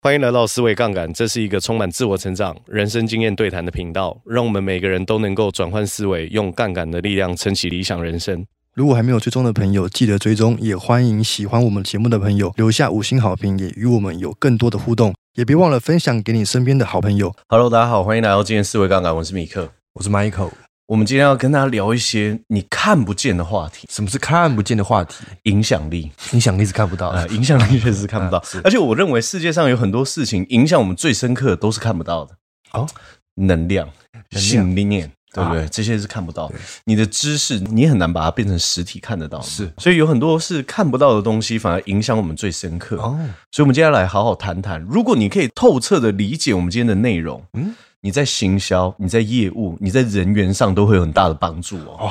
欢迎来到思维杠杆，这是一个充满自我成长、人生经验对谈的频道，让我们每个人都能够转换思维，用杠杆的力量撑起理想人生。如果还没有追踪的朋友，记得追踪，也欢迎喜欢我们节目的朋友留下五星好评，也与我们有更多的互动，也别忘了分享给你身边的好朋友。 Hello，大家好，欢迎来到今天思维杠杆，我是米克。我是 Michael，我们今天要跟大家聊一些你看不见的话题，什么是看不见的话题？影响力。你想一直看不到啊，影响力确实是看不到。 啊是而且我认为世界上有很多事情影响我们最深刻的都是看不到的。哦，能量、量啊信念。对不对？这些是看不到的，你的知识你也很难把它变成实体看得到。是，所以有很多是看不到的东西，反而影响我们最深刻。哦，所以，我们接下来好好谈谈，如果你可以透彻的理解我们今天的内容，嗯嗯，你在行销、你在业务、你在人员上都会有很大的帮助哦。哦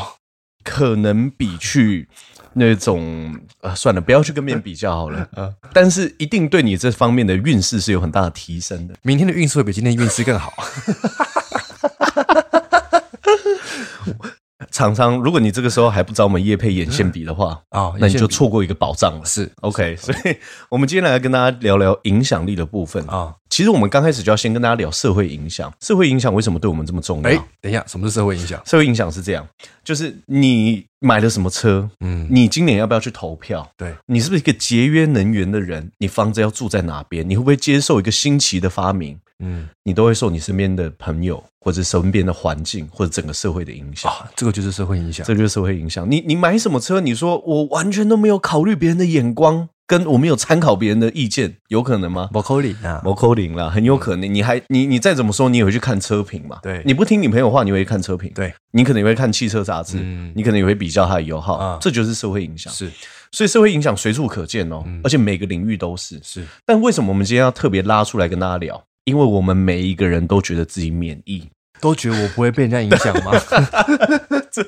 可能比去那种呃，算了，不要去跟别人比较好了。嗯但是一定对你这方面的运势是有很大的提升的。明天的运势会比今天的运势更 好。常常，如果你这个时候还不找我们业配眼线笔的话，哦那你眼就线笔错过一个宝藏了。是 OK，所以我们今天来跟大家聊聊影响力的部分啊。啊，其实我们刚开始就要先跟大家聊社会影响，社会影响为什么对我们这么重要？哎、等一下，什么是社会影响？社会影响是这样，就是你买了什么车，嗯，你今年要不要去投票？对，你是不是一个节约能源的人？你房子要住在哪边？你会不会接受一个新奇的发明？嗯，你都会受你身边的朋友或者身边的环境或者整个社会的影响。啊，这个就是社会影响。这就是社会影响。你你买什么车？你说我完全都没有考虑别人的眼光，跟我没有参考别人的意见，有可能吗？ b r o c c 啊，某扣零啦，很有可能。你还你你再怎么说，你也会去看车评嘛？对你不听你朋友话，你会看车评。对，你可能也会看汽车杂志，嗯你可能也会比较它的油耗，啊这就是社会影响。是所以社会影响随处可见哦，嗯而且每个领域都是。是，但为什么我们今天要特别拉出来跟大家聊？因为我们每一个人都觉得自己免疫，都觉得我不会被人家影响 吗？这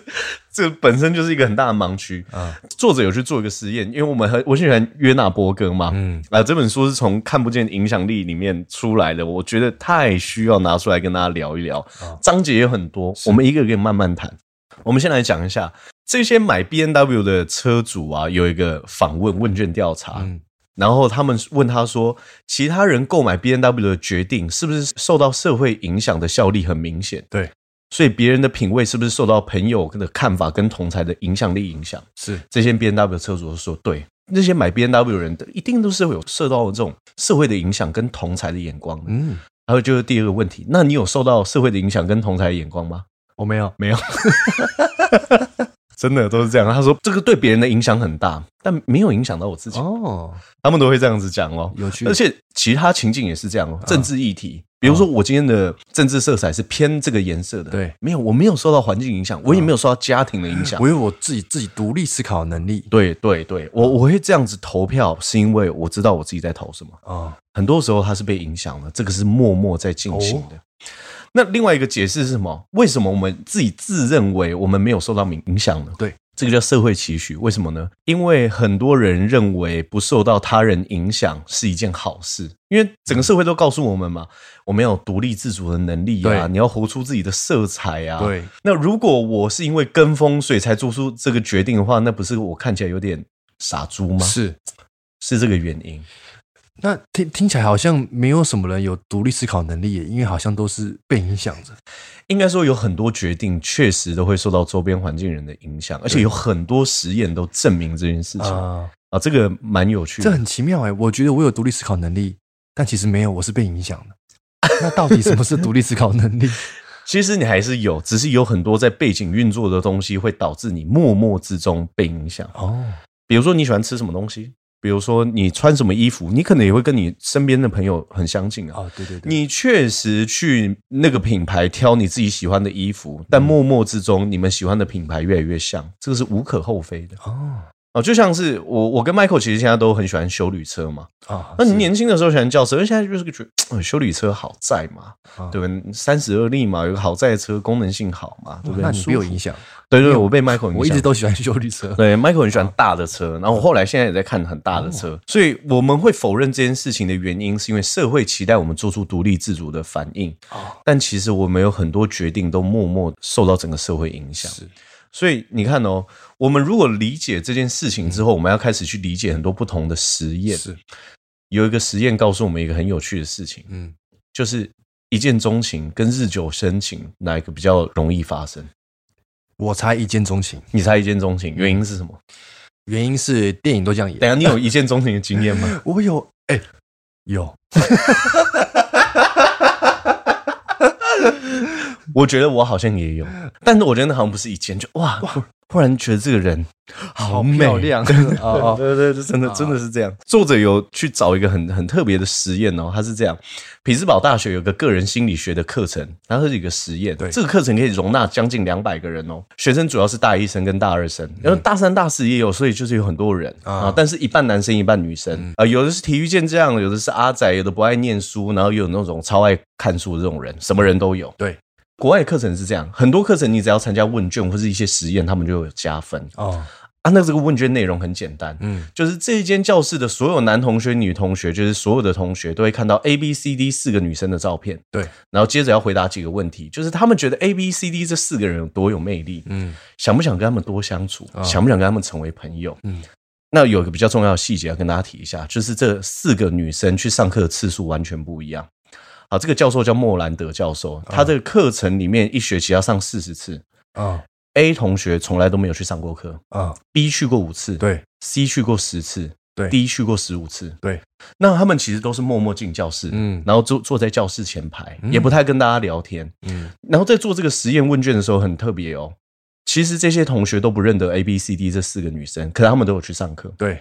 这本身就是一个很大的盲区。啊，作者有去做一个实验，因为我们很我很喜欢约纳伯格嘛，嗯，啊，这本书是从《看不见影响力》里面出来的，我觉得太需要拿出来跟大家聊一聊啊。章节也很多，我们一个一个慢慢谈。我们先来讲一下这些买 B N W 的车主啊，有一个访问问卷调查，嗯然后他们问他说，其他人购买 B N W 的决定是不是受到社会影响的效力很明显？对，所以别人的品味是不是受到朋友的看法跟同才的影响力影响？是这些 B N W 车主都说，对，那些买 B N W 人的一定都是会有受到这种社会的影响跟同才的眼光的。嗯，还有就是第二个问题，那你有受到社会的影响跟同才的眼光吗？我没有，没有，真的都是这样。他说这个对别人的影响很大，但没有影响到我自己。哦，他们都会这样子讲哦。有趣，而且其他情境也是这样哦，政治议题，比如说我今天的政治色彩是偏这个颜色的，对，没有，我没有受到环境影响，我也没有受到家庭的影响我，有我自己自己独立思考的能力对对对，我我会这样子投票，是因为我知道我自己在投什么。啊，很多时候它是被影响的，这个是默默在进行的。哦那另外一个解释是什么？为什么我们自己自认为我们没有受到影响呢？对，这个叫社会期许。为什么呢？因为很多人认为不受到他人影响是一件好事，因为整个社会都告诉我们嘛，我们要有独立自主的能力啊，对你要活出自己的色彩啊，对，那如果我是因为跟风所以才做出这个决定的话，那不是我看起来有点傻猪吗？是。是这个原因。那听听起来好像没有什么人有独立思考能力耶，因为好像都是被影响着。应该说有很多决定确实都会受到周边环境人的影响，而且有很多实验都证明这件事情啊啊，这个蛮有趣这的。很奇妙哎！我觉得我有独立思考能力，但其实没有，我是被影响的。 那到底什么是独立思考能力？其实你还是有，只是有很多在背景运作的东西会导致你默默之中被影响。 哦，比如说你喜欢吃什么东西，比如说你穿什么衣服，你可能也会跟你身边的朋友很相近啊。哦，对对对，你确实去那个品牌挑你自己喜欢的衣服，但默默之中，你们喜欢的品牌越来越像，这个是无可厚非的哦哦。就像是我，我跟 Michael 其实现在都很喜欢修旅车嘛。啊，那你是年轻的时候喜欢轿车，而现在就是个觉得呃修旅车好在嘛，啊对吧？三十而立嘛，有个好在的车，功能性好嘛，对不对？那很你舒被我服影响，对没对，有我被 Michael 影响，我一直啊都喜欢修理 车。对，Michael 很喜欢大的车，然后我后来现在也在看很哦大的车，所以我们会否认这件事情的原因，是因为社会期待我们做出独立自主的反应，哦但其实我们有很多决定都默默受到整个社会影响。是所以你看哦，我们如果理解这件事情之后，我们要开始去理解很多不同的实验。是有一个实验告诉我们一个很有趣的事情，嗯，就是一见钟情跟日久生情哪一个比较容易发生？我猜一见钟情，你猜一见钟情原因是什么？原因是电影都这样等演。一下你有一见钟情的经验吗？我有，哎、有，我觉得我好像也有，但是我觉得那好像不是一见，就哇，忽忽然觉得这个人好美漂亮 啊啊！对对哦对，真的真的是这样。作者有去找一个很很特别的实验哦，他是这样：匹兹堡大学有个个人心理学的课程，它是一个实验。对这个课程可以容纳将近两百个人哦，学生主要是大一生跟大二生，然后大三、大四也有，所以就是有很多人啊嗯啊，但是一半男生一半女生啊、呃有的是体育健将，有的是阿仔，有的不爱念书，然后又有那种超爱看书的这种人，什么人都有。对，国外的课程是这样，很多课程你只要参加问卷或是一些实验，他们就有加分哦，啊。那这个问卷内容很简单，嗯，就是这一间教室的所有男同学、女同学，就是所有的同学都会看到 A、B、C、D 四个女生的照片，对，然后接着要回答几个问题，就是他们觉得 A、B、C、D 这四个人有多有魅力，嗯，想不想跟他们多相处，啊想不想跟他们成为朋友？嗯嗯，那有一个比较重要的细节要跟大家提一下，就是这四个女生去上课的次数完全不一样。好，这个教授叫莫兰德教授，他这个课程里面一学期要上四十次啊，A 同学从来都没有去上过课啊， ，B 去过五次，对， C 去过十次，对，D 去过十五次，对。那他们其实都是默默进教室，嗯然后坐坐在教室前排，嗯也不太跟大家聊天。嗯，然后在做这个实验问卷的时候，很特别哦。其实这些同学都不认得 A、B、C、D 这四个女生，可是他们都有去上课。对，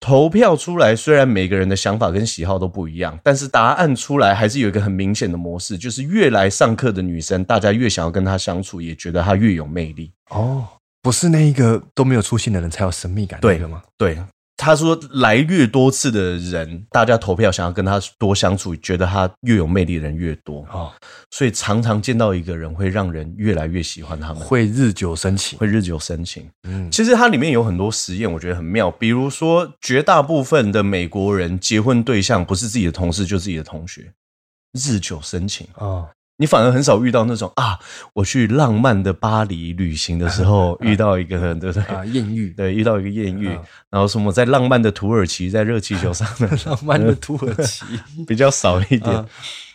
投票出来，虽然每个人的想法跟喜好都不一样，但是答案出来还是有一个很明显的模式，就是越来上课的女生，大家越想要跟她相处，也觉得她越有魅力。哦，不是那一个都没有出现的人才有神秘感，对那个吗？对，他说来越多次的人，大家投票想要跟他多相处，觉得他越有魅力的人越多，哦，所以常常见到一个人会让人越来越喜欢他们，会日久生情，会日久生情。嗯，其实它里面有很多实验，我觉得很妙，比如说绝大部分的美国人结婚对象不是自己的同事，就自己的同学。日久生情，哦，你反而很少遇到那种啊，我去浪漫的巴黎旅行的时候遇到一个人，对不对？嗯啊，艳遇，对，遇到一个艳遇，嗯然后什么在浪漫的土耳其，在热气球上的浪漫的土耳 其，比较少一点。嗯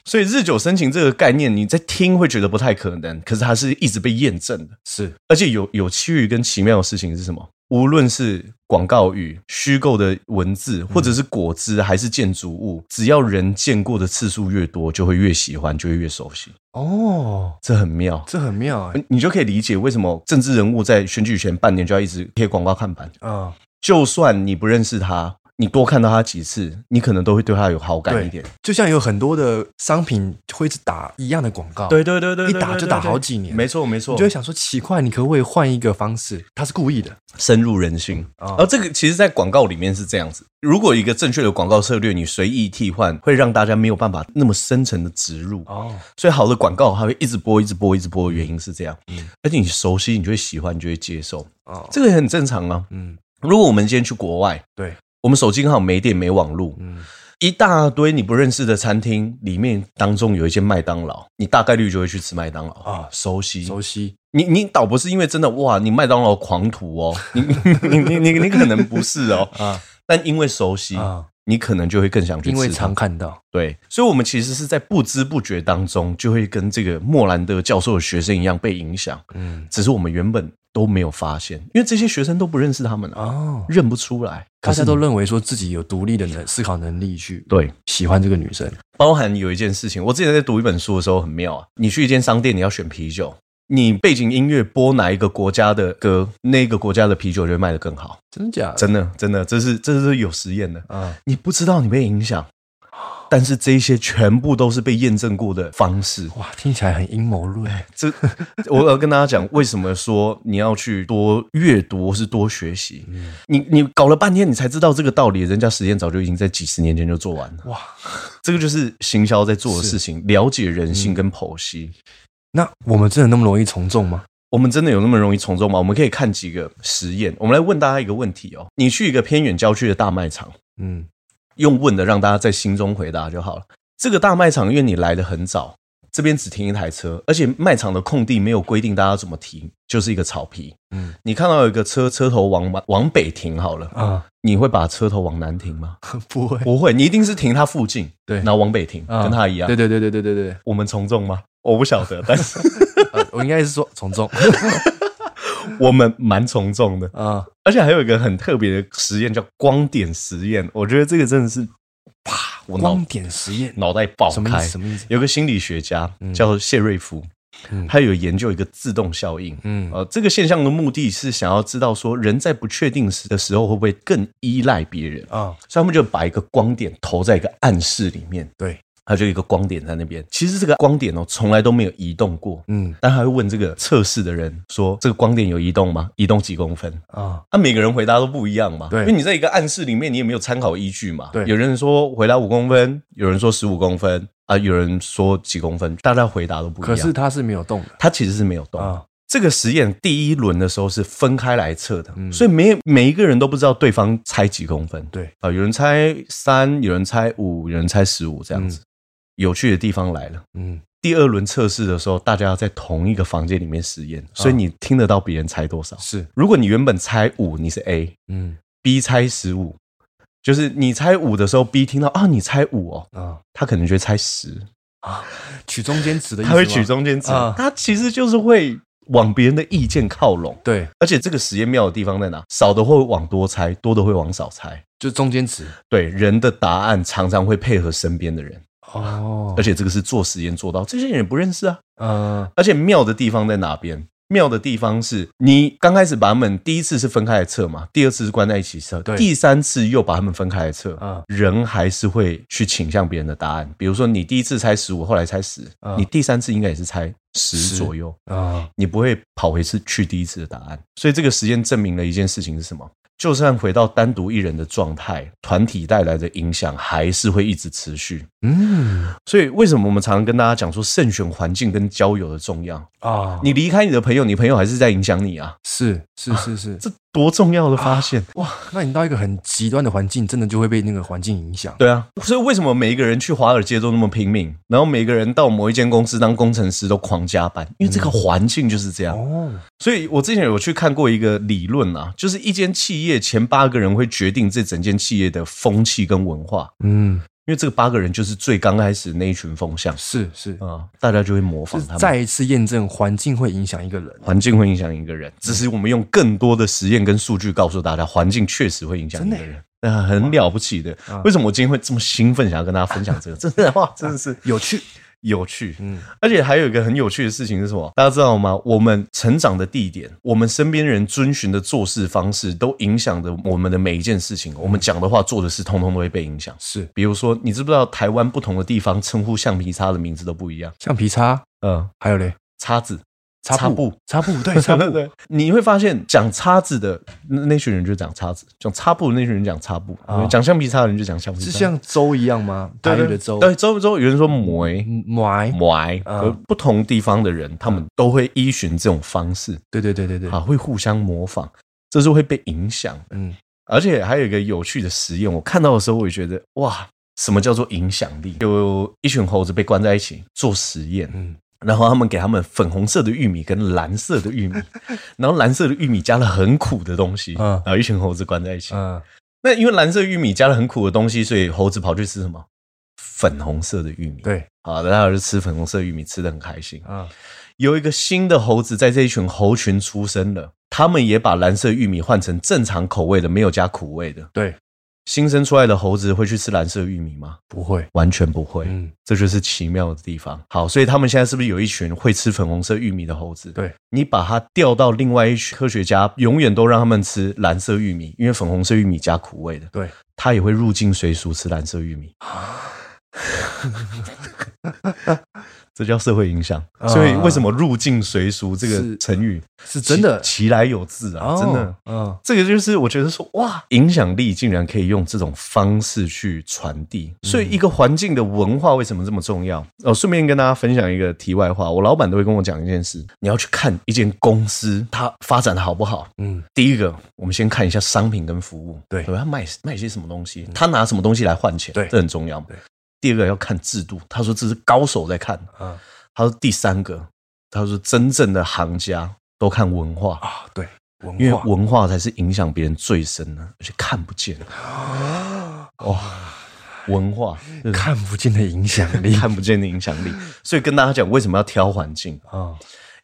所以日久生情这个概念，你在听会觉得不太可能，可是它是一直被验证的。是而且有有趣跟奇妙的事情是什么？无论是广告语、虚构的文字，或者是果汁，还是建筑物，只要人见过的次数越多，就会越喜欢，就会越熟悉。哦，这很妙，这很妙哎，你就可以理解为什么政治人物在选举前半年就要一直贴广告看板。啊，就算你不认识他，你多看到他几次，你可能都会对他有好感一点。就像有很多的商品会一直打一样的广告，对对对对，一打就打好几年没错没错，你就会想说奇怪，你可不可以换一个方式？他是故意的深入人心。啊而这个其实，在广告里面是这样子：如果一个正确的广告策略，你随意替换，会让大家没有办法那么深层的植入。哦，所以，好的广告它会一直播、一直播、一直播，的原因是这样嗯。而且你熟悉，你就会喜欢，你就会接受，哦，这个也很正常啊。嗯，如果我们今天去国外，对，我们手机刚好没电、没网络，嗯，一大堆你不认识的餐厅里面当中有一间麦当劳，你大概率就会去吃麦当劳啊熟悉。熟悉，你你倒不是因为真的哇，你麦当劳狂徒哦，你你你你你可能不是哦啊但因为熟悉啊你可能就会更想去因为吃常它。看到，对，所以我们其实是在不知不觉当中就会跟这个莫兰德教授的学生一样被影响，嗯，只是我们原本都没有发现，因为这些学生都不认识他们啊，哦，认不出来。大可家是都认为说自己有独立的能思考能力去对，喜欢这个女生，包含有一件事情，我之前在读一本书的时候很妙啊。你去一间商店，你要选啤酒，你背景音乐播哪一个国家的歌，那个国家的啤酒就会卖得更好。真的假的？真的，真的，这是这是有实验的。啊，你不知道你被影响，但是这些全部都是被验证过的方式。哇，听起来很阴谋论，这我要跟大家讲，为什么说你要去多阅读或是多学习？你你搞了半天，你才知道这个道理，人家实验早就已经在几十年前就做完了。哇，这个就是行销在做的是事情，了解人性跟剖析。那我们真的那么容易从众吗？我们真的有那么容易从众吗？我们可以看几个实验。我们来问大家一个问题哦：你去一个偏远郊区的大卖场，嗯，用问的让大家在心中回答就好了。这个大卖场，因为你来的很早，这边只停一台车，而且卖场的空地没有规定大家怎么停，就是一个草皮。嗯嗯，你看到有一个车车头往往北停好了，啊， 你会把车头往南停吗？不会，不会，你一定是停它附近，对然后往北停，啊跟它一样。对对对对对对对， 我们从众吗？我不晓 得，但是呃我应该是说从 众我们蛮从众的。啊，而且还有一个很特别的实验叫光点实验，我觉得这个真的是，啪，我脑光点实验脑袋爆什么意开思？。什么意思？有个心理学家嗯叫谢瑞福，嗯他有研究一个自动效应。嗯呃，这个现象的目的是想要知道说，人在不确定时的时候会不会更依赖别人，呃啊，所以他们就把一个光点投在一个暗室里面，对，它就有一个光点在那边。其实这个光点哦，从来都没有移动过。嗯但他会问这个测试的人说：“这个光点有移动吗？移动几公分？”啊，那、每个人回答都不一样嘛，对因为你在一个暗示里面，你也没有参考依据嘛。对有人说回答五公分，有人说十五公分啊，有人说几公分，大家回答都不一可样。是它是没有动的它其实是没有动。啊，这个实验第一轮的时候是分开来测的，嗯所以每每一个人都不知道对方猜几公分。对啊，有人猜三，有人猜五，有人猜十五，这样子。有趣的地方来了。嗯，第二轮测试的时候，大家要在同一个房间里面实验，啊所以你听得到别人猜多少。是，如果你原本猜五，你是 A，嗯 B 猜十五，就是你猜五的时候，B 听到啊你猜五哦，啊他可能就会猜十，啊，取中间值的意他思吗，会取中间值，啊他其实就是会往别人的意见靠拢。对，而且这个实验妙的地方在哪？少的会往多猜，多的会往少猜。就中间值对，人的答案常常会配合身边的人，哦而且这个是做实验做到，这些人也不认识啊。呃而且妙的地方在哪边？妙的地方是你刚开始把他们第一次是分开来测嘛，第二次是关在一起测，对第三次又把他们分开来测，啊人还是会去倾向别人的答案。比如说，你第一次猜十五，后来猜十、嗯你第三次应该也是猜10十左右，啊你不会跑回是去第一次的答案。所以这个实验证明了一件事情是什么？就算回到单独一人的状态，团体带来的影响还是会一直持续。嗯所以为什么我们常常跟大家讲说慎选环境跟交友的重要？啊，你离开你的朋友，你朋友还是在影响你啊，是是是是，这多重要的发现！哇，那你到一个很极端的环境，真的就会被那个环境影响。对啊，所以为什么每一个人去华尔街都那么拼命，然后每个人到某一间公司当工程师都狂加班，因为这个环境就是这样。嗯哦，所以我之前有去看过一个理论啊，就是一间企业前八个人会决定这整间企业的风气跟文化，嗯，因为这个八个人就是最刚开始那一群风向是是，啊、大家就会模就仿是他们。再一次验证环境会影响一个人。环境会影响一个人，只是我们用更多的实验跟数据告诉大家，环境确实会影响一个真的人。那很了不起的哇，啊为什么我今天会这么兴奋，想要跟大家分享 这个？真的哇，真的是有趣，有趣。嗯而且还有一个很有趣的事情是什么？大家知道吗？我们成长的地点，我们身边人遵循的做事方式，都影响着我们的每一件事嗯情。我们讲的话、做的事，通通都会被影响。是比如说，你知不知道台湾不同的地方称呼橡皮擦的名字都不一样？橡皮擦，嗯，还有嘞，擦子、擦布布，、擦布， 对，擦布，对，你会发现讲叉子的那那群人就讲叉子，讲擦布的那群人讲擦布啊，讲橡皮擦的人就讲橡皮擦。是像粥一样吗？对台对语的粥，对，周周有人说梅嗯，埋，埋，啊而不同地方的人他们都会依循这种方式对对对对对啊，，会互相模仿，这是会被影响的。嗯，而且还有一个有趣的实验，我看到的时候我也觉得哇。什么叫做影响力？有一群猴子被关在一起做实验，嗯然后他们给他们粉红色的玉米跟蓝色的玉 米，然后蓝色的玉米加了很苦的东西，嗯然后一群猴子关在一起。嗯，那因为蓝色玉米加了很苦的东西，所以猴子跑去吃什么？粉红色的玉米。，对，好，然后就吃粉红色玉米，吃的很开心。啊，有一个新的猴子在这一群猴群出生了，他们也把蓝色玉米换成正常口味的，没有加苦味的。对，新生出来的猴子会去吃蓝色玉米吗？不会，完全不会。嗯，这就是奇妙的地方。好，所以他们现在是不是有一群会吃粉红色玉米的猴子？对，你把它调到另外一群科学家，永远都让他们吃蓝色玉米，因为粉红色玉米加苦味的，对，它也会入境随俗吃蓝色玉米。啊这叫社会影响。啊所以为什么入境随俗这个是成语是真的，其其来有自啊，真的哦。，嗯，这个就是我觉得说，哇，影响力竟然可以用这种方式去传递。所嗯以，一个环境的文化为什么这么重要？哦，顺便跟大家分享一个题外话，我老板都会跟我讲一件事：你要去看一间公司它发展的好不好。嗯，第一个，我们先看一下商品跟服务，对他卖卖些什么东西，他拿什么东西来换钱，对这很重要对。第二个要看制度，他说这是高手在看。啊他说第三个，他说真正的行家都看文化。啊，对，文因为化文化才是影响别人最深的，而且看不见。啊哇，文化对看不见的影响力嗯 看不见的影响力，所以跟大家讲为什么要挑环境，啊，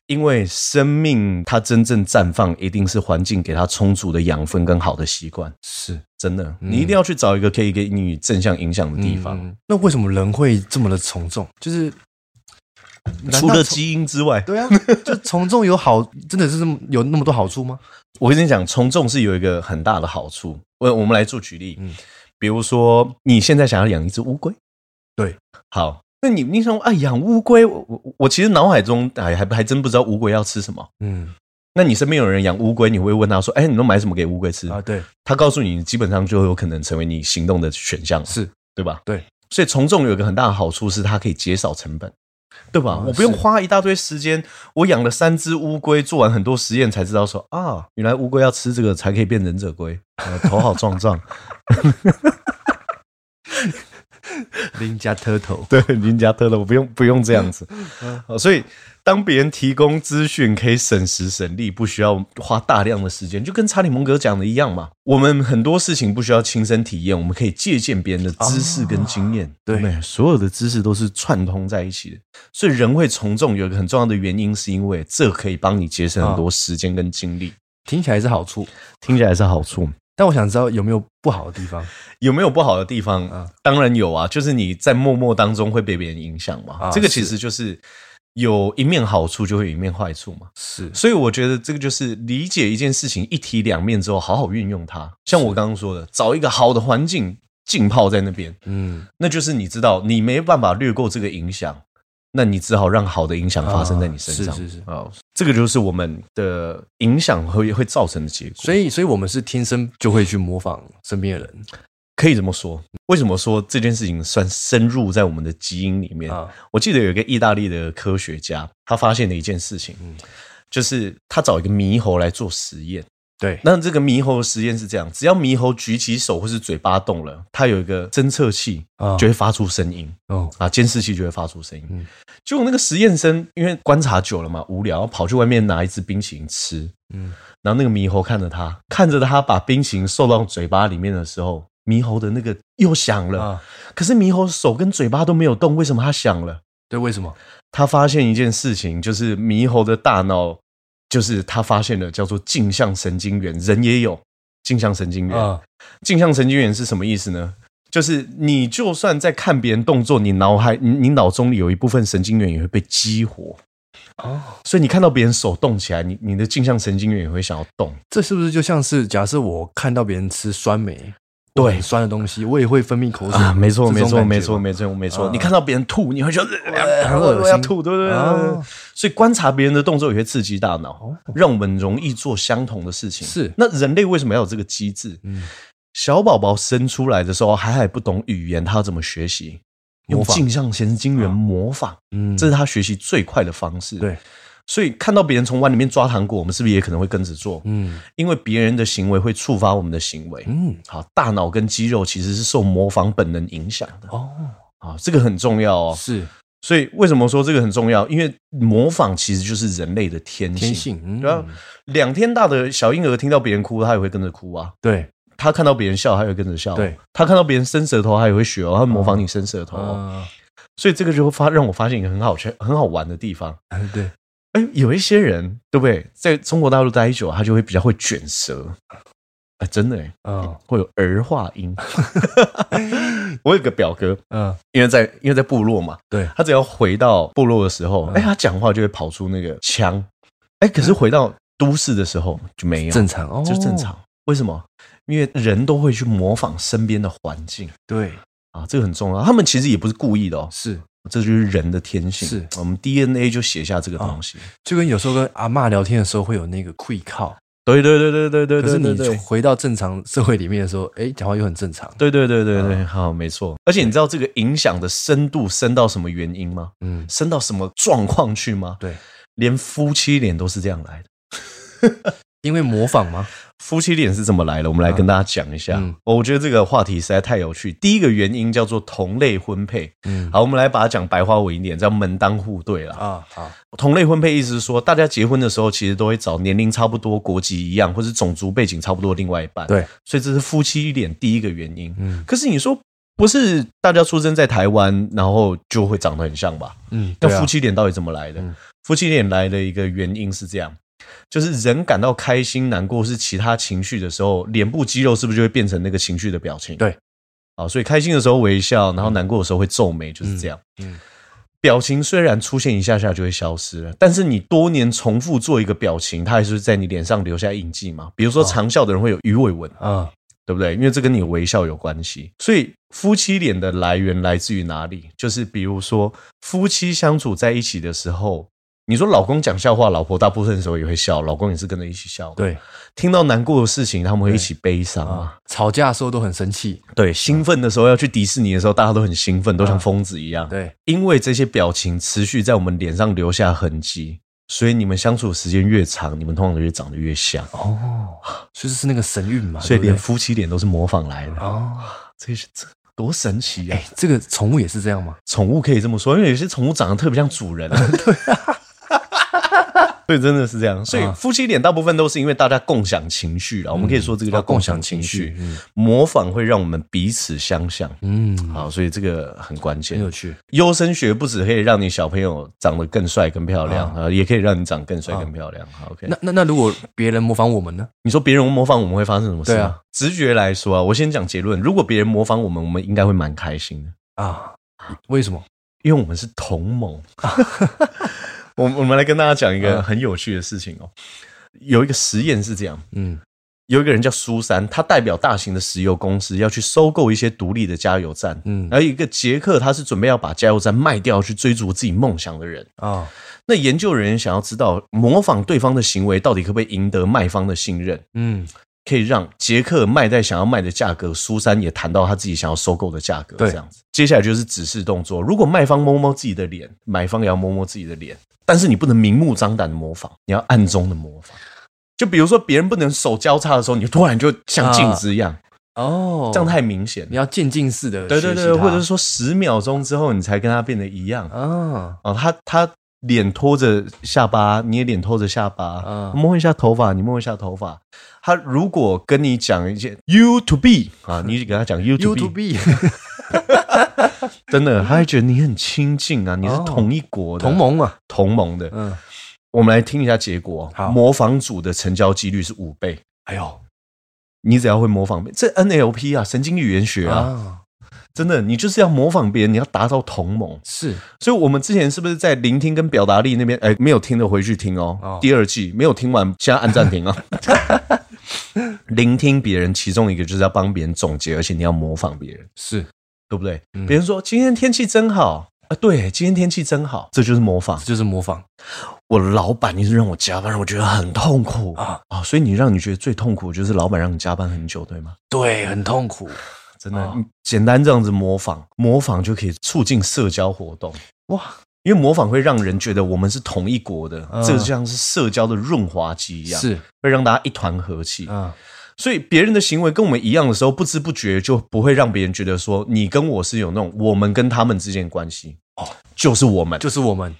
因为生命它真正绽放，一定是环境给它充足的养分跟好的习惯。是真的，你一定要去找一个可以给你正向影响的地方，嗯那为什么人会这么的从众？就是除嗯了难道从基因之外，对啊，就从众有好， 真的是这么有那么多好处吗？我跟你讲，从众是有一个很大的好处。我我们来做举例，嗯比如说你现在想要养一只乌龟，对，好，那你你想啊养乌龟，我我我其实脑海中哎还还真不知道乌龟要吃什么。嗯那你身边有人养乌龟，你会问他说：“哎，你都买什么给乌龟吃？”啊，对，他告诉你，基本上就有可能成为你行动的选项，是对吧？对，所以从众有一个很大的好处是，它可以减少成本，对吧？啊我不用是花一大堆时间，我养了三只乌龟，做完很多实验才知道说啊，原来乌龟要吃这个才可以变忍者龟，呃头好壮壮，林家 turtle 对，林家特的，我不用不用这样子。呃所以，当别人提供资讯可以省时省力，不需要花大量的时间，就跟查理蒙格讲的一样嘛。我们很多事情不需要亲身体验，我们可以借鉴别人的知识跟经验。对不，所有的知识都是串通在一起的。所以，人会从众有一个很重要的原因，是因为这可以帮你节省很多时间跟精力。听起来是好处，听起来是好处，但我想知道有没有不好的地方有没有不好的地方？啊当然有啊，就是你在默默当中会被别人影响嘛。啊这个其实就是有一面好处，就会有一面坏处嘛。是所以我觉得这个就是理解一件事情一体两面之后，好好运用它。像我刚刚说的，找一个好的环境浸泡在那边，嗯那就是你知道你没办法略过这个影响，那你只好让好的影响发生在你身上。啊是是是啊，这个就是我们的影响会会造成的结果。所以，所以我们是天生就会去模仿身边的人可以这么说。为什么说这件事情算深入在我们的基因里面？啊，我记得有一个意大利的科学家，他发现了一件事情，嗯就是他找一个猕猴来做实验。对，那这个猕猴的实验是这样：只要猕猴举起手或是嘴巴动了，它有一个侦测器啊就会发出声音哦，啊，监视器就会发出声音嗯。结果那个实验生因为观察久了嘛，无聊，跑去外面拿一支冰淇淋吃。嗯，然后那个猕猴看着他，看着他把冰淇淋送到嘴巴里面的时候，猕猴的那个又响了。啊，可是猕猴手跟嘴巴都没有动，为什么它响了？对，为什么？他发现一件事情，就是猕猴的大脑，就是他发现了叫做镜像神经元，人也有镜像神经元。啊，镜像神经元是什么意思呢？就是你就算在看别人动作，你脑海你你脑中里有一部分神经元也会被激活，哦，所以你看到别人手动起来，你你的镜像神经元也会想要动。这是不是就像是假设我看到别人吃酸梅，对我很酸的东西，我也会分泌口水啊，没错，这没种错，感觉没错，吗没错，没错。啊你看到别人吐，你会 觉得呃很很恶恶心，心要吐，对不对？啊哦所以观察别人的动作也会刺激大脑，让我们容易做相同的事情。是那人类为什么要有这个机制？嗯小宝宝生出来的时候还还不懂语言，他要怎么学习？用模仿镜像神经元模仿，嗯，这是他学习最快的方式。对，所以看到别人从碗里面抓糖果，我们是不是也可能会跟着做？嗯因为别人的行为会触发我们的行为。嗯，好，大脑跟肌肉其实是受模仿本能影响的哦，啊，这个很重要哦。是所以为什么说这个很重要？因为模仿其实就是人类的天性。天性，嗯对啊，两天大的小婴儿听到别人哭，他也会跟着哭啊；对，他看到别人笑，他也会跟着笑；啊对，嗯他看到别人伸舌头，他也会学哦，他会模仿你伸舌头哦、啊，所以这个就发让我发现一个很好圈、很好玩的地方。呃 对，哎，有一些人，对不对？在中国大陆待久，他就会比较会卷舌。哎，真的哎，嗯会有儿化音。 我有个表哥，嗯，因为在因为在部落嘛，对他只要回到部落的时候，嗯哎、他讲话就会跑出那个腔，哎、可是回到都市的时候就没有，正常哦，就正，常。为什么？因为人都会去模仿身边的环境对，啊，这个很重要。他们其实也不是故意的哦，是这就是人的天性。是哦我们 DNA 就写下这个东西。就跟有时候跟阿嬷聊天的时候会有那个愧靠，对对对对对对可是对对你对。回到正常社会里面的时候，哎，讲话又很正常，对对对对对，哦好，没错。而且你知道这个影响的深度深到什么原因吗？嗯，深到什么状况去吗？对，连夫妻脸都是这样来的。因为模仿吗？夫妻脸是怎么来的？我们来跟大家讲一下、嗯哦我觉得这个话题实在太有趣。第一个原因叫做同类婚配。嗯，好，我们来把它讲白话文一点，叫门当户对啦。啊，好，同类婚配意思是说，大家结婚的时候其实都会找年龄差不多、国籍一样，或是种族背景差不多的另外一半。对，所以这是夫妻脸第一个原因。嗯可是你说不是大家出生在台湾，然后就会长得很像吧？嗯，那对啊夫妻脸到底怎么来的？嗯夫妻脸来的一个原因是这样，就是人感到开心、难过是其他情绪的时候，脸部肌肉是不是就会变成那个情绪的表情？对，啊，所以开心的时候微笑，然后难过的时候会皱眉，就是这样。嗯表情虽然出现一下下就会消失了，但是你多年重复做一个表情，它还是会在你脸上留下印记嘛。比如说哦长笑的人会有鱼尾纹，啊，对不对？因为这跟你微笑有关系。所以夫妻脸的来源来自于哪里？就是比如说夫妻相处在一起的时候，你说老公讲笑话，老婆大部分时候也会笑，老公也是跟着一起笑。，对听到难过的事情，他们会一起悲伤啊。啊，吵架的时候都很生气，对，兴奋的时候要去迪士尼的时候，大家都很兴奋，都像疯子一样。啊对，因为这些表情持续在我们脸上留下痕迹。所以你们相处的时间越长，你们通常越长得越像，哦，所以这是那个神韵嘛，所以对连不夫妻脸都是模仿来对的。哦，这是这多神奇啊呀、哎，这个宠物也是这样吗？宠物可以这么说，因为有些宠物长得特别像主 人、啊。对 啊。对，真的是这样。所以啊夫妻脸大部分都是因为大家共享情绪了，我们可以说这个叫哦共共享享情情绪绪。嗯模仿会让我们彼此相像，嗯，哎好，所以这个很关很有键。趣，优生学不只可以让你小朋友长得更帅、更漂亮，啊啊，也可以让你长更帅、啊更漂亮。好，OK。那那那如果别人模仿我们呢？你说别人模仿我们会发生什么事？对啊，直觉来说啊，我先讲结论。如果别人模仿我们，我们应该会蛮开心的。啊，为什么？因为我们是同盟。 我我们来跟大家讲一个嗯很有趣的事情哦。有一个实验是这样，嗯有一个人叫苏珊，他代表大型的石油公司要去收购一些独立的加油站。嗯而一个捷克，他是准备要把加油站卖掉，去追逐自己梦想的人。啊那研究人员想要知道，模仿对方的行为到底可不可以赢得卖方的信任，嗯，可以让捷克卖在想要卖的价格，苏珊也谈到他自己想要收购的价格。对这样子，接下来就是指示动作。如果卖方摸摸自己的脸，买方也要摸摸自己的脸，但是你不能明目张胆的模仿，你要暗中的模仿。就比如说别人不能手交叉的时候，你突然就像镜子一样，哦，这样太明显你了。要渐进式的，对对对，或者是说十秒钟之后你才跟他变得一样。啊，哦，他他脸托着下巴，你也脸托着下巴，嗯摸一下头发，你摸一下头发。他如果跟你讲一些 “you to be” 啊，你给他讲 “you to U be”，, to B 真的，他会觉得你很亲近啊，你是哦同一国的、同盟嘛，同盟的。嗯，我们来听一下结果好，模仿组的成交几率是五倍。哎呦你只要会模仿别，这 NLP 啊，神经语言学啊，啊，真的，你就是要模仿别人，你要达到同盟。是所以我们之前是不是在聆听跟表达力那边？哎，没有听的回去听哦。哦第二季没有听完，现在按暂停啊。 聆听别人，其中一个就是要帮别人总结，而且你要模仿别人，是，对不对？嗯别人说今天天气真好啊，对，今天天气真好，这就是模仿这。就是模仿我老板一直让我加班，让我觉得很痛苦啊啊啊！所以你让你觉得最痛苦就是老板让你加班很久，对吗？对，很痛苦。真的，哦你简单这样子模仿，模仿就可以促进社交活动。哇，因为模仿会让人觉得我们是同一国的，嗯这个就像是社交的润滑剂一样，是会让大家一团和气。啊，所以别人的行为跟我们一样的时候，不知不觉就不会让别人觉得说你跟我是有那种我们跟他们之间的关系哦，就是我们，就就是我们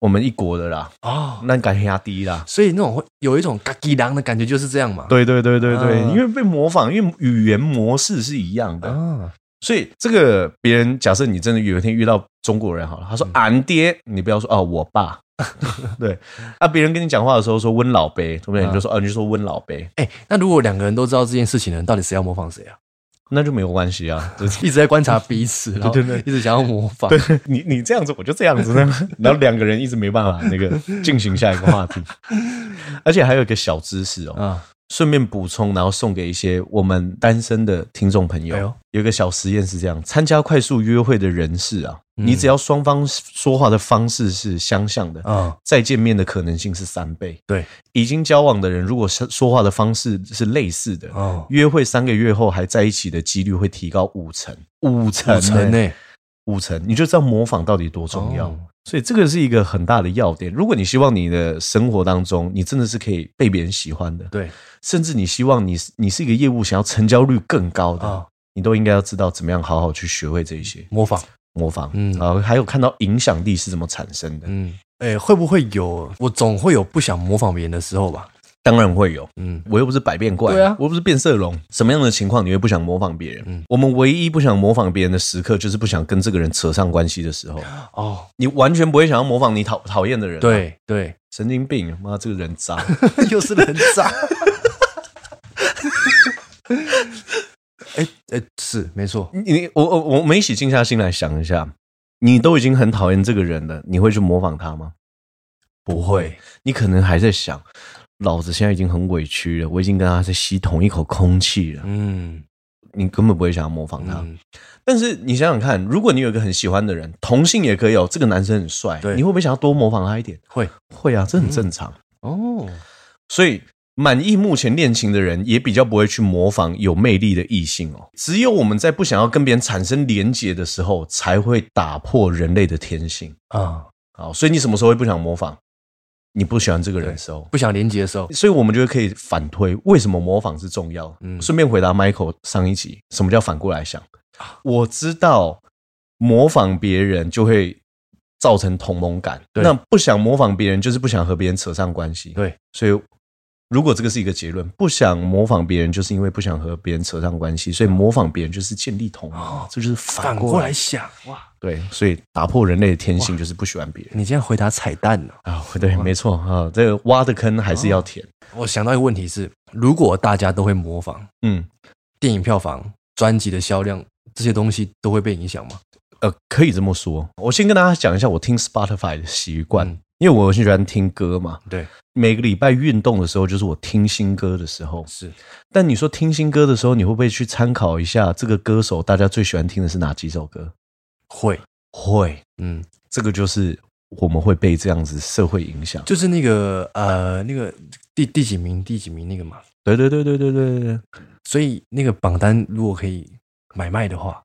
我们一国的啦，哦，那感觉压低啦。所以那种会有一种嘎叽狼的感觉，就是这样嘛。对对对对对，嗯因为被模仿，因为语言模式是一样的，啊，所以这个别人假设你真的有一天遇到中国人好了，他嗯说“俺爹”，你不要说“哦，我爸” 对啊，别人跟你讲话的时候说“温老杯”，对不对？嗯你就说“哦，你就说温老杯哎，那如果两个人都知道这件事情呢，到底谁要模仿谁啊？”，那就没有关系啊。 就是一直在观察彼此，然后对对一直想要模仿。你你这样子，我就这样子呢， 然后两个人一直没办法那个进行下一个话题。 而且还有一个小知识哦，啊，顺便补充，然后送给一些我们单身的听众朋友。哎呦有一个小实验是这样：参加快速约会的人士啊，嗯你只要双方说话的方式是相像的，啊，再见面的可能性是三倍。对，已经交往的人，如果是说话的方式是类似的，哦，约会三个月后还在一起的几率会提高五成，五成、哎五成呢、呢，五成，你就知道模仿到底多重要。哦所以这个是一个很大的要点。如果你希望你的生活当中，你真的是可以被别人喜欢的，对甚至你希望你是你是一个业务想要成交率更高的，啊，你都应该要知道怎么样好好去学会这一些模仿，模仿，嗯嗯，然后还有看到影响力是怎么产生的，嗯，哎，会不会有？我总会有不想模仿别人的时候吧，当然会有。嗯，我又不是百变怪，对啊我又不是变色龙，什么样的情况你会不想模仿别人？嗯我们唯一不想模仿别人的时刻，就是不想跟这个人扯上关系的时候，哦，你完全不会想要模仿你讨讨厌的人、，对对，神经病，妈这个人渣， 又是人渣。 哎哎，是没错，你我我我们一起静下心来想一下，你都已经很讨厌这个人了，你会去模仿他吗？不会，你可能还在想，老子现在已经很委屈了，我已经跟他在吸同一口空气了，嗯你根本不会想要模仿他。嗯，但是你想想看，如果你有一个很喜欢的人，同性也可以哦，这个男生很帅，对你会不会想要多模仿他一点？会会啊，这很正常。哦，所以满意目前恋情的人，也比较不会去模仿有魅力的异性哦。只有我们在不想要跟别人产生连结的时候，才会打破人类的天性。啊，好，所以你什么时候会不想模仿？你不喜欢这个人对的时候。不想连接的时候，所以我们就可以反推，为什么模仿是重要？嗯顺便回答 Michael 上一集，什么叫反过来想？我知道模仿别人就会造成同盟感，对那不想模仿别人就是不想和别人扯上关系。对，所以如果这个是一个结论，不想模仿别人就是因为不想和别人扯上关系，所以模仿别人就是建立同盟，哦这就是反反过过来来。想，哇，对，所以打破人类的天性就是不喜欢别人你这样回答彩蛋呢？啊。对，没错啊，这个挖的坑还是要填。我想到一个问题是，如果大家都会模仿，嗯。电影票房、专辑的销量这些东西都会被影响吗？呃，可以这么说。我先跟大家讲一下我听 Spotify 的习惯，嗯因为我很喜欢听歌嘛。对，每个礼拜运动的时候，就是我听新歌的时候。是但你说听新歌的时候，你会不会去参考一下这个歌手大家最喜欢听的是哪几首歌？会，会，嗯，这个就是我们会被这样子社会影响。就是那个呃，那个第第几名、第几名那个嘛，对对对对对对对，所以那个榜单如果可以买卖的 话，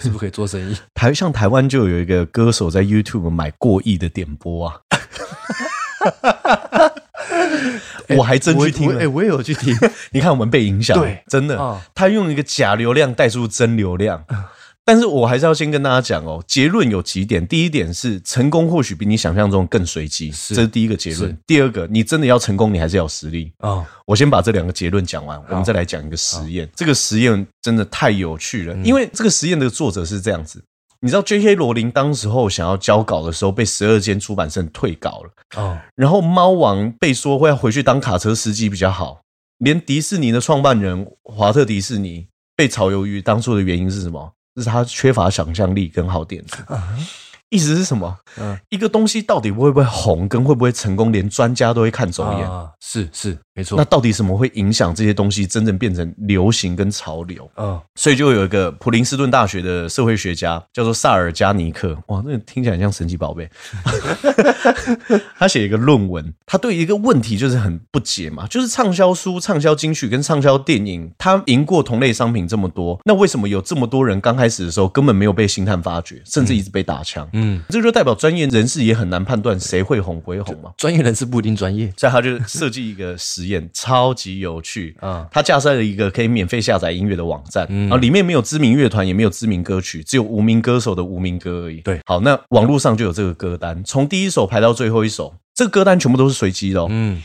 是不是可以做生 意？台像台湾就有一个歌手在 YouTube 买过亿的点播啊。 我还真去听了 哎、我也有去听 你看我们被影响，对真的，哦他用一个假流量带出真流量。嗯但是我还是要先跟大家讲哦，结论有几点。第一点是，成功或许比你想象中更随机，是这是第一个结论是。第二个，你真的要成功，你还是要有实力。哦，我先把这两个结论讲完，我们再来讲一个实验。这个实验真的太有趣嗯了，因为这个实验的作者是这样子。你知道 J.K. 罗琳当时候想要交稿的时候，被十二间出版社退稿了。哦，然后猫王被说会要回去当卡车司机比较好，连迪士尼的创办人华特迪士尼被炒鱿鱼，当初的原因是什么？是他缺乏想象力跟好点子。意思是什么？啊嗯一个东西到底会不会红，跟会不会成功，连专家都会看走眼。啊是是没错那，到底什么会影响这些东西真正变成流行跟潮流？嗯所以就有一个普林斯顿大学的社会学家叫做萨尔加尼克，哇，那个听起来很像神奇宝贝。 他写一个论文，他对一个问题就是很不解嘛，就是畅销书、畅销金曲跟畅销电影，他赢过同类商品这么多，那为什么有这么多人刚开始的时候根本没有被星探发掘，甚至一直被打枪？嗯，这就代表专业人士也很难判断谁会红不会红嘛。专业人士不一定专业所以他就设计一个实验，超级有趣。啊，他架设了一个可以免费下载音乐的网站，嗯然后里面没有知名乐团，也没有知名歌曲，只有无名歌手的无名歌而已。对好，那网络上就有这个歌单，从第一首排到最后一首，这个歌单全部都是随机的、哦。嗯，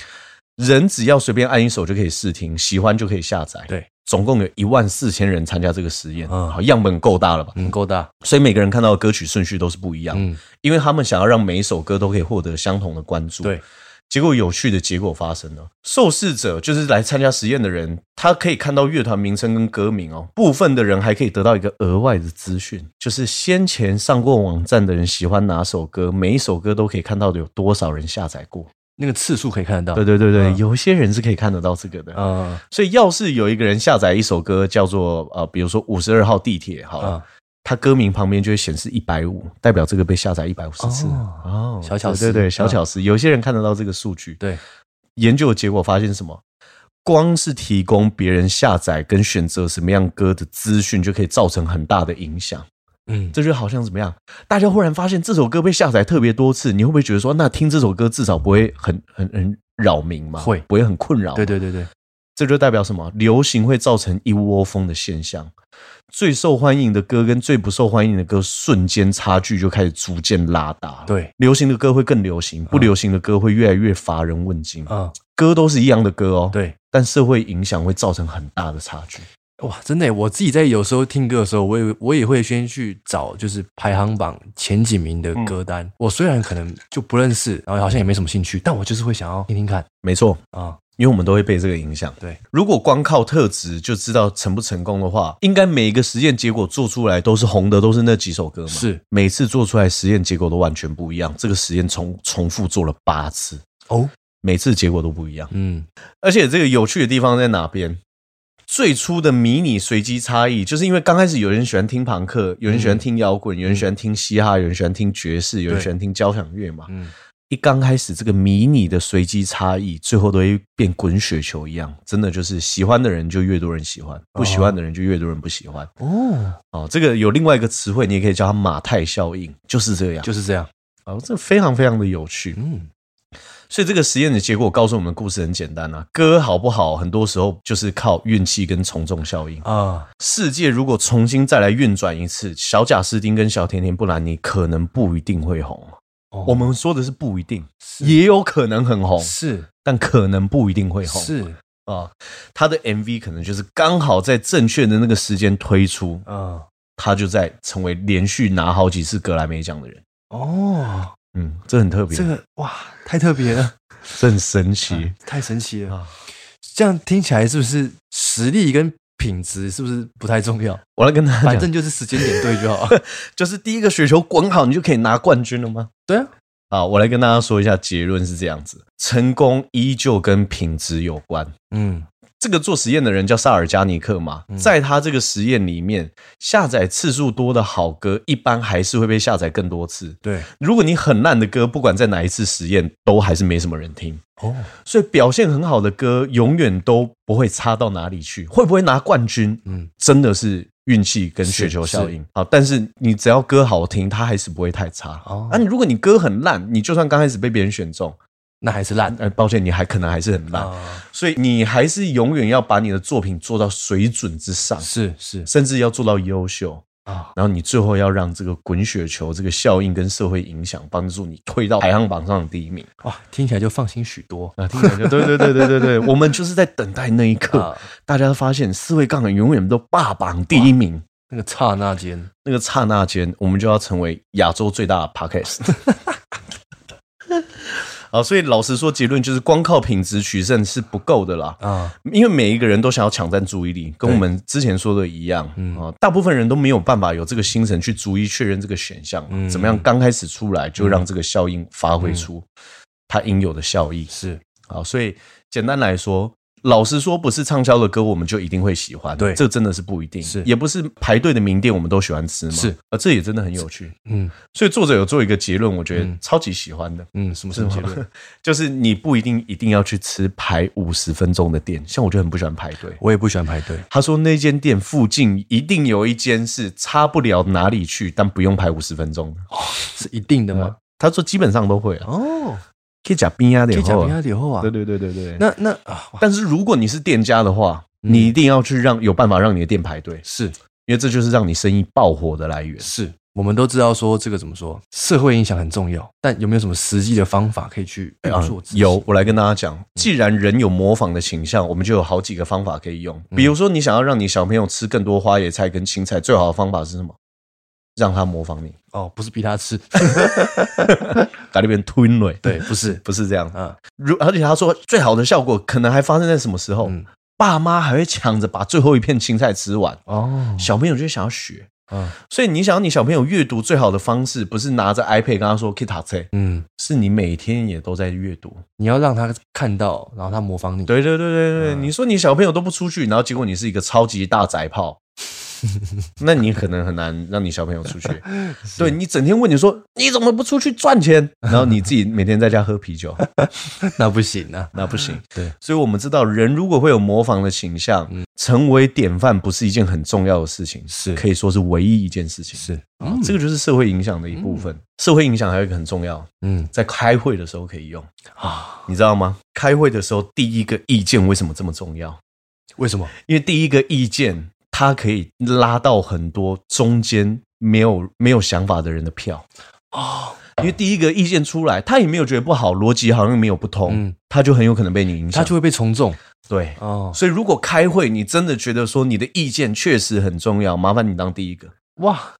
人只要随便按一首就可以试听，喜欢就可以下载。对，总共有一万四千人参加这个实验，嗯好，样本够大了吧？嗯，够大，所以每个人看到的歌曲顺序都是不一样的，嗯，因为他们想要让每一首歌都可以获得相同的关注。对，结果有趣的结果发生了，受试者就是来参加实验的人，他可以看到乐团名称跟歌名哦。部分的人还可以得到一个额外的资讯，就是先前上过网站的人喜欢哪首歌，每一首歌都可以看到有多少人下载过。那个次数可以看得到，对对对对，嗯有一些人是可以看得到这个的。嗯，所以要是有一个人下载一首歌叫做呃，比如说五十二号地铁，好了嗯，它歌名旁边就会显示一百五，代表这个被下载一百五十次哦哦小巧思对对对，小嗯巧思，有些人看得到这个数据。对，研究的结果发现什么？光是提供别人下载跟选择什么样歌的资讯，就可以造成很大的影响。嗯，这就好像怎么样？大家忽然发现这首歌被下载特别多次，你会不会觉得说，那听这首歌至少不会很很很扰民嘛？会不会很困扰？对，对对对，这就代表什么？流行会造成一窝蜂的现象，最受欢迎的歌跟最不受欢迎的歌瞬间差距就开始逐渐拉大了。，对，流行的歌会更流行，不流行的歌会越来越乏人问津。嗯，歌都是一样的歌哦，，对，但社会影响会造成很大的差距。哇，真的耶，我自己在有时候听歌的时候，我也我也会先去找就是排行榜前几名的歌单。嗯我虽然可能就不认识，然后好像也没什么兴趣，但我就是会想要听听看没错，啊。因为我们都会被这个影响。对，如果光靠特质就知道成不成功的话，应该每一个实验结果做出来都是红的，都是那几首歌嘛。，是每次做出来实验结果都完全不一样。这个实验重重复做了八次，哦，每次结果都不一样。嗯，而且这个有趣的地方在哪边？最初的迷你随机差异，就是因为刚开始有人喜欢听朋克，有人喜嗯欢听摇滚，有人喜欢听嘻哈，有人喜欢听爵士，有人喜欢听交响乐嘛。嗯，一刚开始这个迷你的随机差异，最后都会变滚雪球一样，真的就是喜欢的人就越多人喜欢，不喜欢的人就越多人不喜欢。哦，哦，这个有另外一个词汇，你也可以叫它马太效应，就是这样。就是这样，哦，这非常非常的有趣。嗯，所以这个实验的结果告诉我们，故事很简单啊，歌好不好，很多时候就是靠运气跟从众效应。啊，世界如果重新再来运转一次，小贾斯汀跟小甜甜布兰妮可能不一定会红。哦我们说的是不一定，是也有可能很红，是但可能不一定会红。是啊，他的 MV 可能就是刚好在正确的那个时间推出，啊，他就在成为连续拿好几次格莱美奖的人。哦，嗯，这很特别，这个哇，太特别了，这很神奇嗯太神奇了。啊！这样听起来是不是实力跟品质是不是不太 重要？我来跟他反讲，正就是时间点对 就好。就是第一个雪球滚好，你就可以拿冠军了吗？对啊，啊，我来跟大家说一下，结论是这样子：成功依旧跟品质有关。嗯，这个做实验的人叫萨尔加尼克嘛，嗯在他这个实验里面，下载次数多的好歌，一般还是会被下载更多次。对，如果你很烂的歌，不管在哪一次实验，都还是没什么人听。哦，所以表现很好的歌，永远都不会差到哪里去。会不会拿冠军，嗯，真的是运气跟雪球效应好，但是你只要歌好听，它还是不会太差。哦啊，你如果你歌很烂，你就算刚开始被别人选中，那还是烂呃，抱歉，你还可能还是很烂。啊，所以你还是永远要把你的作品做到水准之上，啊是是甚至要做到优秀。啊，然后你最后要让这个滚雪球这个效应跟社会影响帮助你退到排行榜上的第一名哇，听起来就放心许多啊！听起来就对对对对对对，我们就是在等待那一刻，啊。大家发现四位杠杆永远都霸榜第一名，那个刹那间，那个刹那间，我们就要成为亚洲最大的 podcast。啊，所以老实说，结论就是光靠品质取胜是不够的啦。啊，因为每一个人都想要抢占注意力，跟对我们之前说的一样啊、嗯大部分人都没有办法有这个心神去逐一确认这个选项、嗯怎么样，刚开始出来就让这个效应发挥出嗯它应有的效益是啊、所以简单来说。老实说，不是畅销的歌我们就一定会喜欢，对这真的是不一定，是也不是排队的名店我们都喜欢吃嘛，是啊，这也真的很有趣。嗯所以作者有做一个结论，我觉得嗯超级喜欢的，嗯，什么什么结论？就是你不一定一定要去吃排五十分钟的店，像我就很不喜欢排队， 我也不喜欢排队他说那间店附近一定有一间是差不了哪里去，但不用排五十分钟的。是一定的吗？他说基本上都会啊，哦，可以讲冰压可以点讲后平。安点后啊对。对对对对。那那那啊，哇但是如果你是店家的话，嗯你一定要去让有办法让你的店排队，是因为这就是让你生意爆火的来源。是，我们都知道说这个怎么说，社会影响很重要，但有没有什么实际的方法可以去运啊作？有，，我来跟大家嗯讲，既然人有模仿的倾向，我们就有好几个方法可以用。嗯比如说，你想要让你小朋友吃更多花椰菜跟青菜，最好的方法是什么？让他模仿你，哦，不是逼 他吃，把那边吞了。对，不是，不是这样，啊，如而且他说最好的效果可能还发生在什么时候？嗯，爸妈还会抢着把最后一片青菜吃完，哦，小朋友就想要学。啊，所以你想要你小朋友阅读最好的方式，不是拿着 iPad 跟他说 “kita 菜”，嗯，是你每天也都在阅读。你要让他看到，然后他模仿你，对对对对对，嗯 你说你小朋友都不出去，然后结果你是一个超级大宅炮，那你可能很难让你小朋友 出去。对你整天问你说你怎么不出去赚钱，然后你自己每天在家喝啤酒， 那不行啊，那不行。 对，嗯所以我们知道，人如果会有模仿的倾向，成为典范不是一件很重要的事情，是可以说是唯一一件事情。是，嗯啊，这个就是社会影响的一部分。社会影响还有一个很重要，嗯在开会的时候可以用，啊，你知道吗？开会的时候，第一个意见为什么这么重要？为什么？因为第一个意见，它可以拉到很多中间没有没有想法的人的票。哦，因为第一个意见出来，他也没有觉得不好，逻辑好像没有不通，嗯他就很有可能被你影响。他就会被从众对，哦，所以如果开会，你真的觉得说你的意见确实很重要，麻烦你当第一个，哇，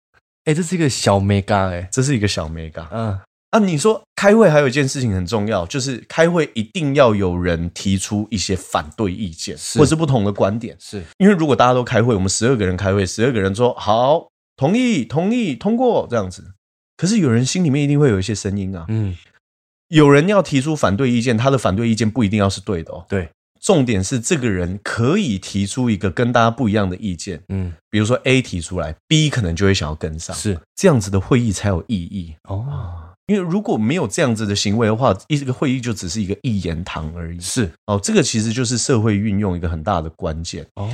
哎、这是一个小 mega 哎、这是一个小 mega 嗯，啊。你说开会还有一件事情很重要，就是开会一定要有人提出一些反对意见，是或是不同的观点。是因为如果大家都开会，我们十二个人开会，十二个人说好，同意，同意，通过这样子。可是有人心里面一定会有一些声音啊，嗯，有人要提出反对意见，他的反对意见不一定要是对的哦。对，重点是这个人可以提出一个跟大家不一样的意见，嗯比如说 A 提出来，B 可能就会想要跟上，是这样子的会议才有意义。哦，因为如果没有这样子的行为的话，一个会议就只是一个一言堂而已。是哦，这个其实就是社会运用一个很大的关键。哦，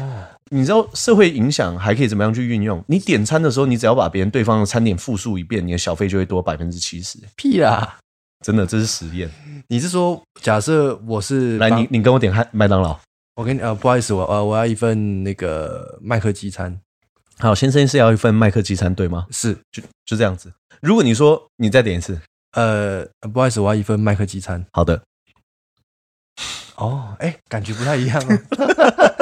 你知道社会影响还可以怎么样去运用？你点餐的时候，你只要把别人对方的餐点复述一遍，你的小费就会多百分之七十。屁啦！真的，这是实验。你是说，假设我是来，帮你，你跟我点汉麦当劳。我跟你呃，不好意思，我呃，我要一份那个麦克鸡餐，好，先生是要一份麦克鸡餐对吗？是就就这样子。如果你说你再点一次，呃，不好意思，我要一份麦克鸡餐。好的，哦，哎，感觉不太一样哦。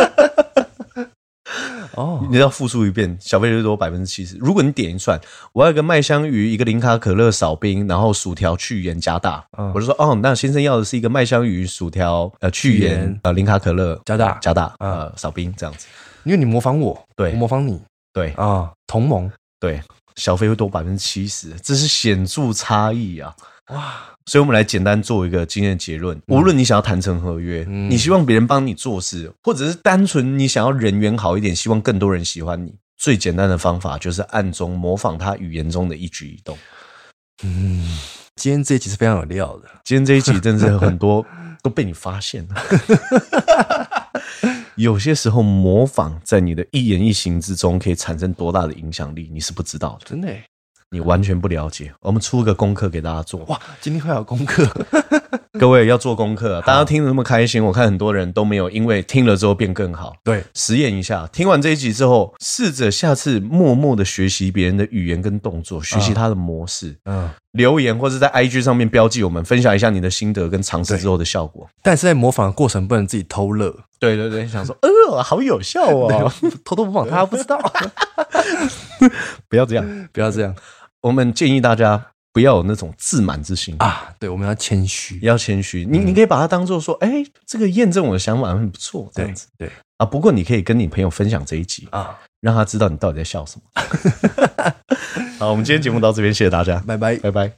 哦，你要复述一遍，小费就多百分之七十。如果你点一串，我要一个麦香鱼，一个零卡可乐少冰，然后薯条去盐加大，嗯我就说哦，那先生要的是一个麦香鱼、薯条呃去去盐盐呃零卡可乐加大加大嗯呃少冰这样子。因为你模仿我，对我模仿你对啊，同盟对，小费会多百分之七十，这是显著差异啊。哇，所以，我们来简单做一个今天的结论：无论你想要谈成合约，嗯你希望别人帮你做事，或者是单纯你想要人缘好一点，希望更多人喜欢你，最简单的方法就是暗中模仿他语言中的一举一动。嗯，今天这一集是非常有料的，今天这一集真的是很多都被你发现了。 有些时候，模仿在你的一言一行之中可以产生多大的影响力，你是不知道的，真的耶你完全不了解。我们出个功课给大家做。哇，今天会有功课， 各位要做功课啊，大家听得那么开心，我看很多人都没有因为听了之后变更好。对，实验一下，听完这一集之后，试着下次默默的学习别人的语言跟动作，学习他的模式，嗯，留言或是在 IG 上面标记我们，分享一下你的心得跟尝试之后的效果。但是在模仿的过程不能自己偷乐，对对对， 想说，呃，好有效 哦， 偷偷模仿他不知道，不要这样。 不要这样我们建议大家不要有那种自满之心。啊，对，我们要谦虚，要谦虚，你你可以把它当做说，哎、这个验证我的想法很不错，这样对子对啊。不过你可以跟你朋友分享这一集，啊，让 他知道你到底在笑什么。好，我们今天节目到这边，谢谢大家，拜拜。拜拜。